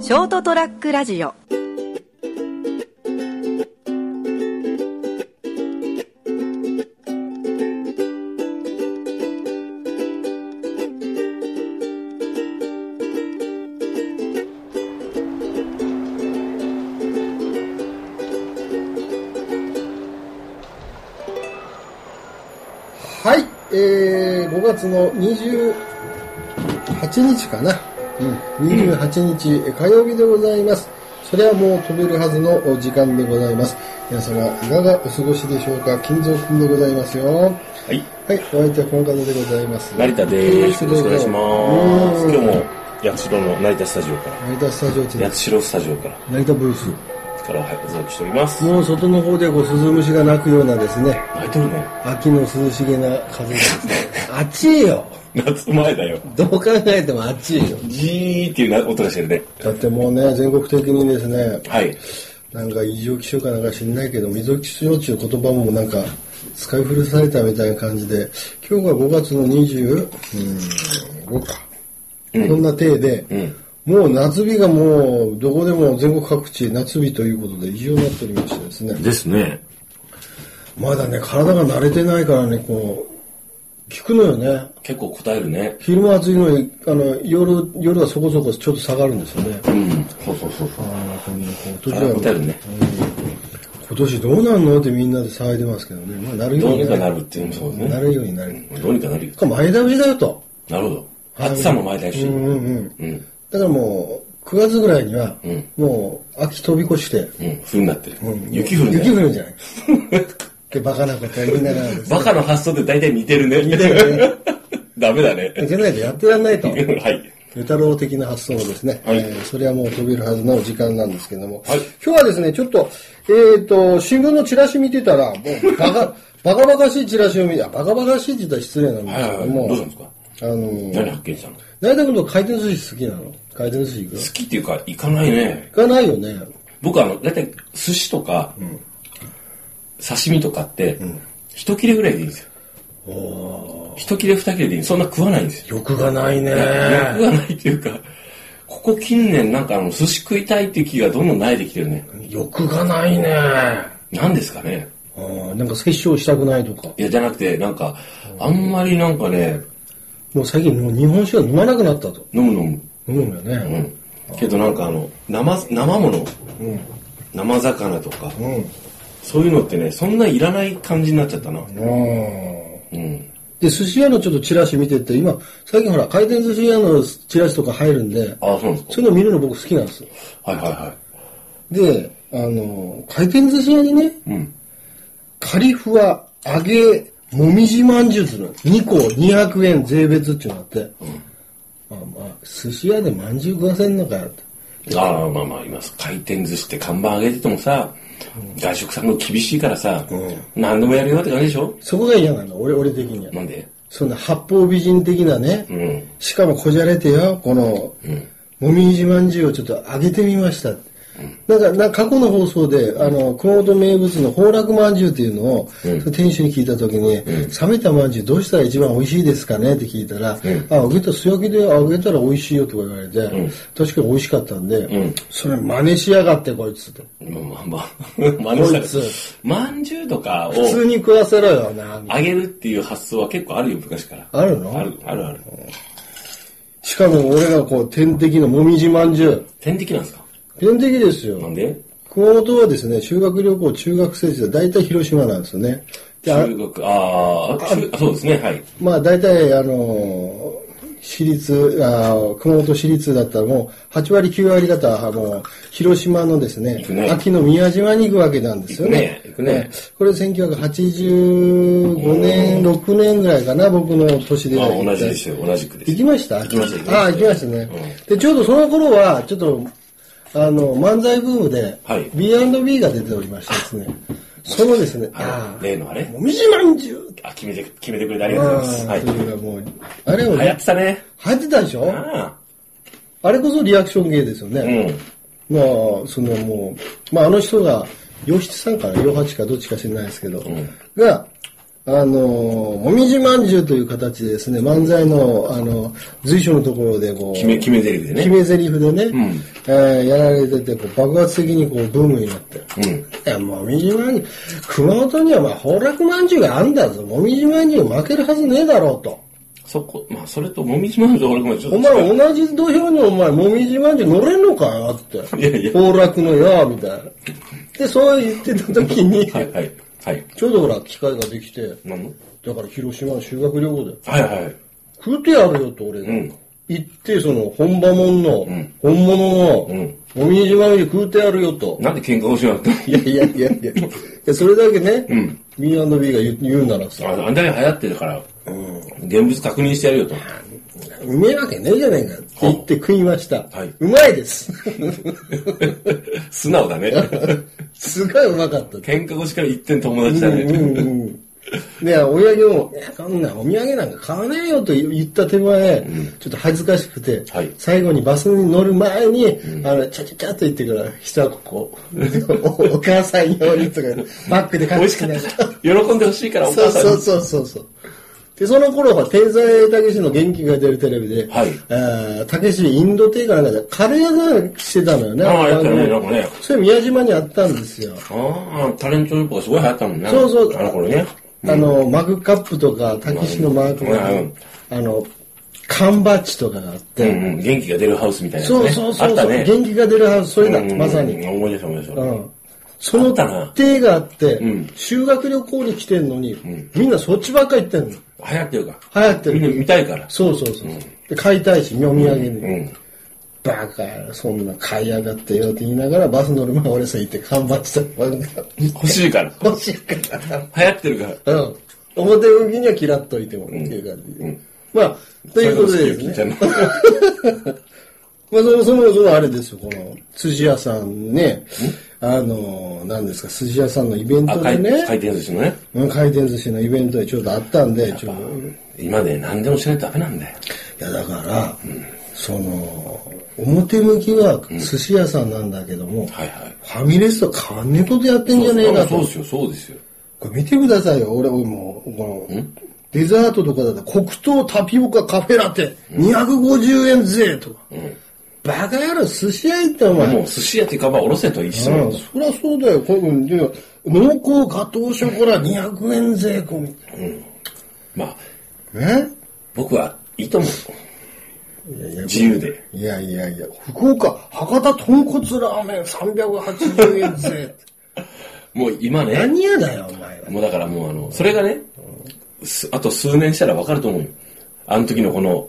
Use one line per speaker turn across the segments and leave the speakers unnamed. ショートトラックラジオ
はい、えー、5月の28日かな。うん、28日、えー火曜日でございます。それはもう飛べるはずのお時間でございます。皆様、いかがお過ごしでしょうか金蔵君でございますよ。はい、
はい、
お相手はこの方でございます。
成田です。よろしくお願いします。
うん
今日も、八代の成田スタジオか
成田スタジオ地
ら、
で
八代スタジオから、
成田ブース。
からお届けしております。
もう外の方でこう、鈴虫が鳴くようなですね、
泣いてるね。
秋の涼しげな風ですね。 暑いよ。
夏前だよ。
どう考えても暑いよ。
じーっていうな音がしてるね。
だってもうね、全国的にですね、
はい。
なんか異常気象かなんか知んないけど、異常気象っていう言葉もなんか使い古されたみたいな感じで、今日が5月の25か。こんな体で、もう夏日がもうどこでも全国各地夏日ということで異常になっておりましてですね。
ですね。
まだね、体が慣れてないからね、こう、効くのよね。
結構答えるね。
昼間暑いのに、あの、夜、夜はそこそこちょっと下がるんですよね。
うん。そうそうそうそう。
ああ、こんな、こう、
あ
年は
答えるね。
今年どうなんのってみんなで騒いでますけどね。まあ、なるよう
どうに
に
か
な
な
る。
るっていうのもそうです
な
ね。
るようになる。し
どうにかなるよ。
かも前倒しだよと。
なるほど。暑さも前だし。
うん
う
うん。
ん。
だからもう、9月ぐらいには、
ん
もう、秋飛び越して、
うん。冬になってる
う。ん
雪降る
雪降
ね。
るんじゃないってバカなこと言いながらですね。
バカの発想って大体似てるね。似
てる
ダメだ
い
ね。
けないとやってらんないと。
はい。
メタロウ的な発想ですね、
はい
えーそれはもう飛べるはずの時間なんですけども、
はい
今日はですね、ちょっと、えっ、と、新聞のチラシ見てたら、もう、バカ、バカバカしいチラシを見て、あバカバカしいって言ったら失礼なんです
はい
け
はいは
ど
い。
も、
どうしたんですか
あのー
何発見したの好
成田君と回転寿司好きなの回転寿司行く
きっていうか、行かないね。
行かないよね。
僕あの、だいたい寿司とか、刺身とかって、一切れぐらいでいいんですよ。一切れ二切れでいい。そんな食わないんですよ。
欲がないね。
食わないっていうか、ここ近年なんかあの、寿司食いたいっていう気がどんどん慣れてきてるね。
欲がないね。
何ですかね
あーなんか殺生したくないとか。
いや、じゃなくて、なんか、あんまりなんかね、
もう最近もう日本酒は飲まなくなったと。
飲む飲む。
飲むよ
う
ね。
ん。けどなんかあの、生、生もの、生魚とか、
うん。うん。
そういうのってね、そんないらない感じになっちゃったな。
あー
うん。
で、寿司屋のちょっとチラシ見てて、今、最近ほら、回転寿司屋のチラシとか入るんで、
ああ、そうなんです
そういうの見るの僕好きなんですよ。
か。はいはいは
で、あの、回転寿司屋にね、
い。うん。
カリフワ揚げもみじまんじゅうっていうの2個200円税別っていうのがあって、まあまあ、寿司屋でまんじゅう食わせんのかよって。
ああ、まあまあ、今、回転寿司って看板上げててもさ、外食さんの厳しいからさ、何でもやるよって感じでしょ
そこが嫌なの、俺、俺的には。
なんで
そんな八方美人的なね、
うん。
しかもこじゃれてよ、この、もみじまんじゅうをちょっと上げてみました。なんか、なんか過去の放送で、あの、熊本名物の崩落まんじゅうっていうのを、店主に聞いたときに、冷めたまんじゅうどうしたら一番美味しいですかねって聞いたら、あ、揚げた、素焼きで揚げたら美味しいよとか言われて、確かに美味しかったんで、それ真似しやがってこいつと。
まあまあまあ、真似
こい
したら。まんじゅうとかを
普通に食わせろよな。
上げるっていう発想は結構あるよ、昔から。
あるの
ある、あるある。
しかも俺がこう、天敵のもみじまんじゅう。
天敵なんですか
天敵ですよ。
なんで
熊本はですね、修学旅行、中学生時代、大体広島なんですよね。であ
中国、ああ、中あそうですね、はい。
まあ大体、あのー、私立あー、熊本市立だったらもう、8割、9割方はもう、広島のですね
行く、ね
秋の宮島に行くわけなんですよね。
行くね行くね
これ1985年、6年ぐらいかな、僕の年で
ま
は
あ
行った。
同じですよ、同じくです
行。きました
行きました行きました
ああ、行きましたね。で、ちょうどその頃は、ちょっと、あの、漫才ブームで、
はい
B&B が出ておりましてですね、そのですね、
あ
あ
の例のあれ
あ、もみじまんじゅう
あ、決めて、決めてくれてありがとう
あ
ござ
あ、
います。
と
はい。
いうかもう、あれを
流行っ
ね、
てたね。
流行ってたでしょ
あ
あれこそリアクション芸ですよ
あ。う
ね。
ん。
まあ、そのもう、まああの人が、洋七さんかな、洋八かどっちか知らないですけど、が、ああの、もみじまんじゅうという形でですね、漫才の、あの、随所のところでこう、
決め、決め台詞で
決
ね。
め台詞でね、
ん
えーやられてて、こう爆発的にこうブームになって。
うん。
いや、もみじまんじゅう、熊本にはまあ、崩落まんじゅうがあんだぞ。もみじまんじゅう負けるはずねえだろうと。
そこ、まあ、それと、もみじまんじゅう、俺ごめん、ちょっと
お前同じ土俵にお前、もみじまんじゅう乗れんのかよって。
いやいや
崩落のよ、みたいな。で、そう言ってた時に、
はい、はい、はい。
ちょうどほら、機会ができて、
なんの
だから広島の修学旅行で、
はい、はい。
食うてやるよと俺が。
うん
行って、その、本場もんの、
ん
本物の、
うん
もみじまんじゅう食うてやるよと。
なんで喧嘩をしなかっ
い
た
やいやいやいや。いやそれだけね、
ん
B&B が言う言うならさ、
ああんだけ流行ってるから、現物確認してやるよ と。
うめえわけねえじゃねえかって言って食いました。
はいう
まいです。
素直だ ね。
すごいうまかった。
喧嘩腰から一点友達だね。
うんうんうん。で、お土産も、いや、そんなお土産なんか買わねえよと言った手前、ちょっと恥ずかしくて、
はい
最後にバスに乗る前に、あの、ちゃちゃちゃっと言ってから、下はこ こ、おお母さん用にとか、バッグで
美
買
味
っ
してか
きな
った。喜んでほしいから、お
そ
母
う
さん。
そうそうそうそう。で、その頃は、天才たけしの元気が出るテレビで、
はい
えーたけしインド亭かなんかで、カレー屋さんしてたのよね。
ああ、やった
の
ね、なんかね。
それ宮島にあったんですよ。
ああ、タレント旅行がすごい流行ったもんね。
そうそう
あの頃ね。
あの、マグカップとか、たけしのマークとか
うん、
あの、缶バッジとかがあっ
うん
て、
うん、元気が出るハウスみたいなやつ
そう
ね。
そうそ
あ
う
った
そう、
ね。
元気が出るはず、それだ
うんう、ん
まさに。
思い出した思い出した。
うんそ
あ
の
ったな
手があって
ん、
修学旅行に来てんのに、みんなそっちばっか行ってんの。
流行ってるか
流行って
ら。みんな
る。
見たいから。
そうそうそう。で買いたいし、お土産
う
に。
ん。
バカや、そんな買いやがってよって言いながら、バス乗る前俺さ行って缶バッジとか
欲しいから。
欲しいから。
流行ってるから。
うん。表向きには嫌っといてもねっていう感じで。まあ、ということでですね。まあ、そもそもそもあれですよ、この、辻屋さんね、あの、何ですか、辻屋さんのイベン
あ、
ト
回
でね、
回転寿司のね。
うん回転寿司のイベントでちょっとあったんで、ちょっと、
今ね、何でもしないとダメなんだよ。
いやだから、その、表向きは寿司屋さんなんだけども、
はいはい。
ファミレスと変わんねえことやってんじゃねえかと。
そうですよ、そうですよ。
これ見てくださいよ、俺、俺もう、この、デザートとかだったら、黒糖タピオカカフェラテ、250円税とか。バカ野郎、寿司屋行ってお前。
もう寿司屋っていうかば下ろせと一緒なん
うん、
だよ
そりゃそうだよ、こういうので濃厚ガトーショコラ200円税込み。
まあ、
え
僕はいいと思う。自由で。
いやいやいや、福岡、博多豚骨ラーメン380円 税。
もう今ね、
何やだよ、お前は。
もうだからもうあの、それがね、すあと数年したらわかると思うよ。あの時のこの、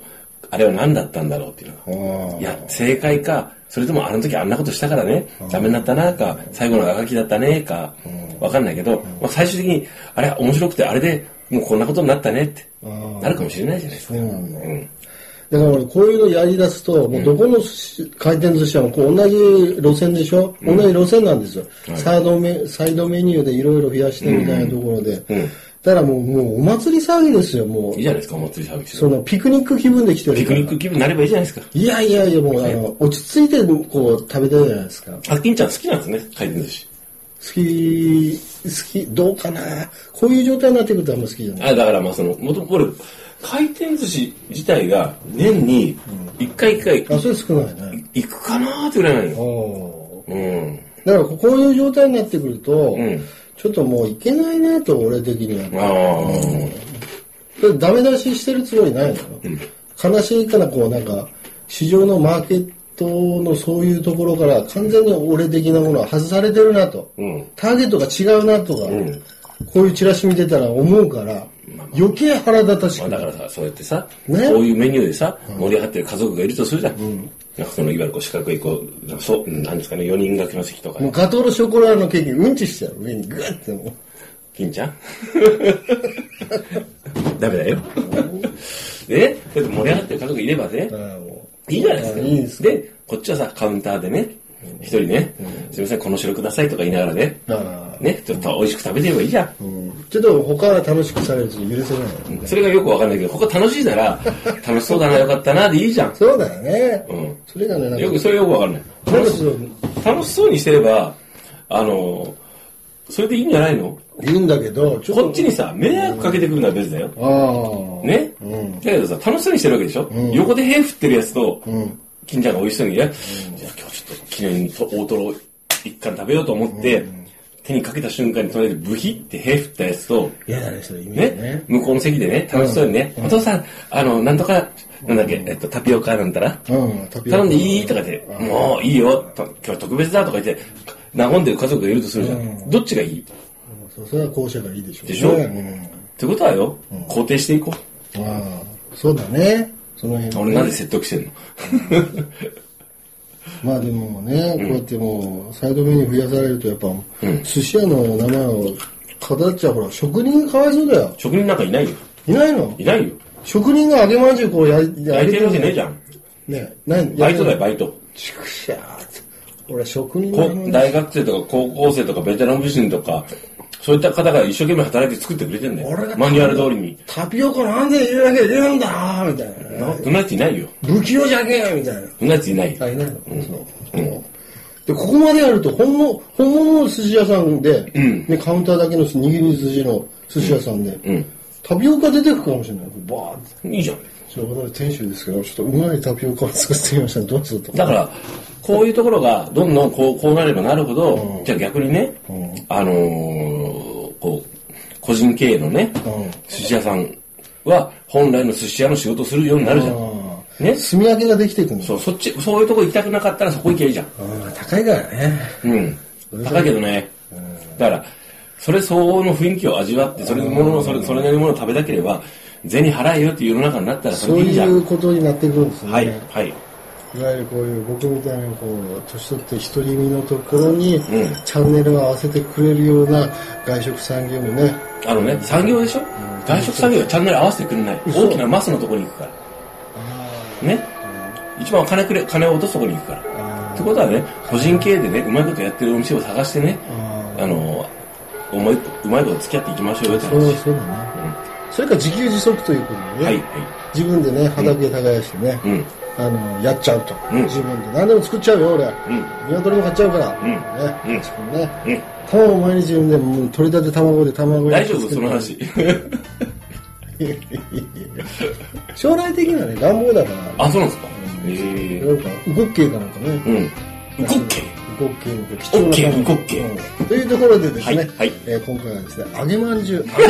あれは何だったんだろうっていうのが。いや、正解か、それともあの時あんなことしたからね、ダメになったなか、最後のあがきだったねか、わかんないけど、まあ最終的に、あれ面白くて、あれでもうこんなことになったねって、なるかもしれないじゃないですか。
うん
うん。
だから俺こういうのやり出すと、もうどこの寿司回転寿司屋もこう同じ路線でしょ、同じ路線なんですよ。サードメサイドメニューでいろいろ増やしてみたいなところで。
うん
だからもう、もうお祭り騒ぎですよ、もう
いい。じゃないですか、お祭りサービス
そ。のピクニック気分で来てる
ピ
か
ク
ら
ニック気分になればいいじゃないですか。
いやいやいや、もうあの、落ち着いてこう食べたいじゃないですか。好
あっきんちゃん好きなんですね、回転寿司。
き、好き、どうかなこういう状態になってくるとあんま好きじゃない。
あだからまあその、もとこれ、回転寿司自体が年に1回1
あ、
回
それ少ないね。
行くかなーってぐらいなの
お
よ。
お。
うん。
だからこういう状態になってくると、
ん
ちょっともういけないなと俺的には。
ああ、
だってダメ出ししてるつもりないのよ、悲しいからこうなんか市場のマーケットのそういうところから完全に俺的なものは外されてるなと、
うん
ターゲットが違うなとか、こういうチラシ見てたら思うから余計腹立たし
ま
く
あ
な
だ
る
からさ、そうやってさ、
ね
こういうメニューでさ、盛り上がってる家族がいるとするじゃん。なんかその、いわゆるこう四角い、こう、なんかそう、なんですかね、4人掛けの席とか
もう。
ね
ガトーのショコラのケーキうんちしちゃう上にグーってもう
金ちゃん ダメだよ。えだって盛り上がってる家族いればね、
ああも
いいじゃないですか。
いいです
で、こっちはさ、カウンターでね、一人ね、すみません、この白くださいとか言いながらね、
うああ
ね、ちょっと美味しく食べてればいいじゃん。
うんちょっと他は楽しくされると許せない、
それがよくわかんないけど、ここ楽しいなら、楽しそうだな、よかったな、でいいじゃん。
そうだよね、
うん
それがねなんか
よく、それよくわかんない。
なんかそう
楽しそうにしてれば、あの、それでいいんじゃないの
いいんだけど、ちょ
こっちにさ、迷惑かけてくるのは別だよ。
ああ。
ね、
うん
だけどさ、楽しそうにしてるわけでしょ、横で屁振ってるやつと、金ちゃんが美味しそうにね、じゃあ今日ちょっと記念にと大トロ一貫食べようと思って、手にかけた瞬間に隣でブヒって屁振ったやつと、
嫌だね、それ意味
ね、
ね。
向こうの席でね、楽しそうにね、お父さん、あの、なんとか、なんだっけ、えっと、タピオカなんたら、
うん、タピオカ
頼んでいいとか言って、もういいよ、と今日特別だとか言って、和んでる家族がいるとするじゃん。どっちがいい
そうそれは後者がいいでしょう、ね。
でしょ
うん。
ってことはよ、肯定していこう。
ああ、そうだね。その辺。
俺なんで説得してんの
まあでもね、こうやってもう、サイドメニュー増やされると、やっぱ、寿司屋の名前を語っちゃう、ほら、職人がかわいそうだよ。
職人なんかいないよ。
いないの
いないよ。
職人が揚げまんじゅうこう焼い
焼いてるわけねえ
ね
じゃん。
ねない
バイトだよ、
よ。
バイト。
畜生って俺、職人
こ
揚げまんじゅう
大学生とか高校生とかベテラン美人とか、そういった方が一生懸命働いて作ってくれてんだ
俺
よ。
が
マニュアル通りに。
タピオカなんで入れなきゃいけないんだみたいな。
そんなやついないよ。
不器用じゃねえみたいな。
そんなやついないよ。
あ、いないの、そううんで、ここまでやると、本物、本物の寿司屋さんで、
ん
ね、カウンターだけの握り寿司の寿司屋さんで、
うん。
タピオカ出てくるかもしれない。バーって。
いいじゃん。
ちょっと私、店主ですけど、ちょっとうまいタピオカを作ってみましたね。どうすると。
だから、こういうところが、どんどんこう、こうなればなるほど、じゃあ逆にね、あのーこう、個人経営のね、
うん
寿司屋さんは、本来の寿司屋の仕事をするようになるじゃん。
あ
ね
あ。炭揚げができていくんです
そう、そっち、そういうとこ行きたくなかったらそこ行けばいいじゃん。
ああ、高いからね。
うん。高いけどね。だから、それ相応の雰囲気を味わって、それのものを、それ、それなりのものを食べたければ、銭払えよっていう世の中になったらそ
そう
れでいい
い
じゃん。
うことになってくるんですね。
はい、はい。
いわゆるこういう僕みたいなこう年取って独り身のところに、
ん
チャンネルを合わせてくれるような外食産業もね
あのね、産業でしょ外食産業はチャンネル合わせてくれない。
嘘
大きなマスのところに行くから。ね。一番は金くれ、金を落とすところに行くから。
あ
ってことはね、個人経営でね、うまいことやってるお店を探してね、
あ
あの、うまい、うまいこと付き合っていきましょうよって話。
そうそうだね、それから自給自足ということでね、
はい、はい。
自分でね畑耕してね、
うん。
あのやっちゃうと、
うん
自分で何でも作っちゃうよ俺、
うん。
鶏も買っちゃうから、
ん
ね
うん
自分ね
うん。
卵も毎日産んでもう取り立て卵で卵
大
焼き
丈夫
作
そ
る
の話。
将来的にはね乱暴だから
あ、そうなんですか。え
なんか動っけかなんかね、
え。うん。うこっけ
動っけの貴重な感じ
動っけ動っ
うんというところでですね、
はいはい
えー今回はですね揚げまんじゅう揚げ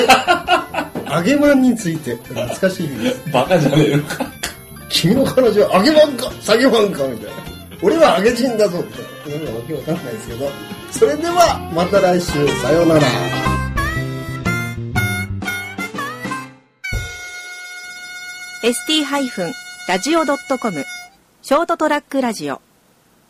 揚げまんについて懐かしいです
バカじゃねえのか。
君の彼女は揚げまんか下げまんかみたいな俺は揚げ人だぞみたいななんかわけわかんないですけどそれではまた来週さようなら
ST-radio.com ショートトラックラジオ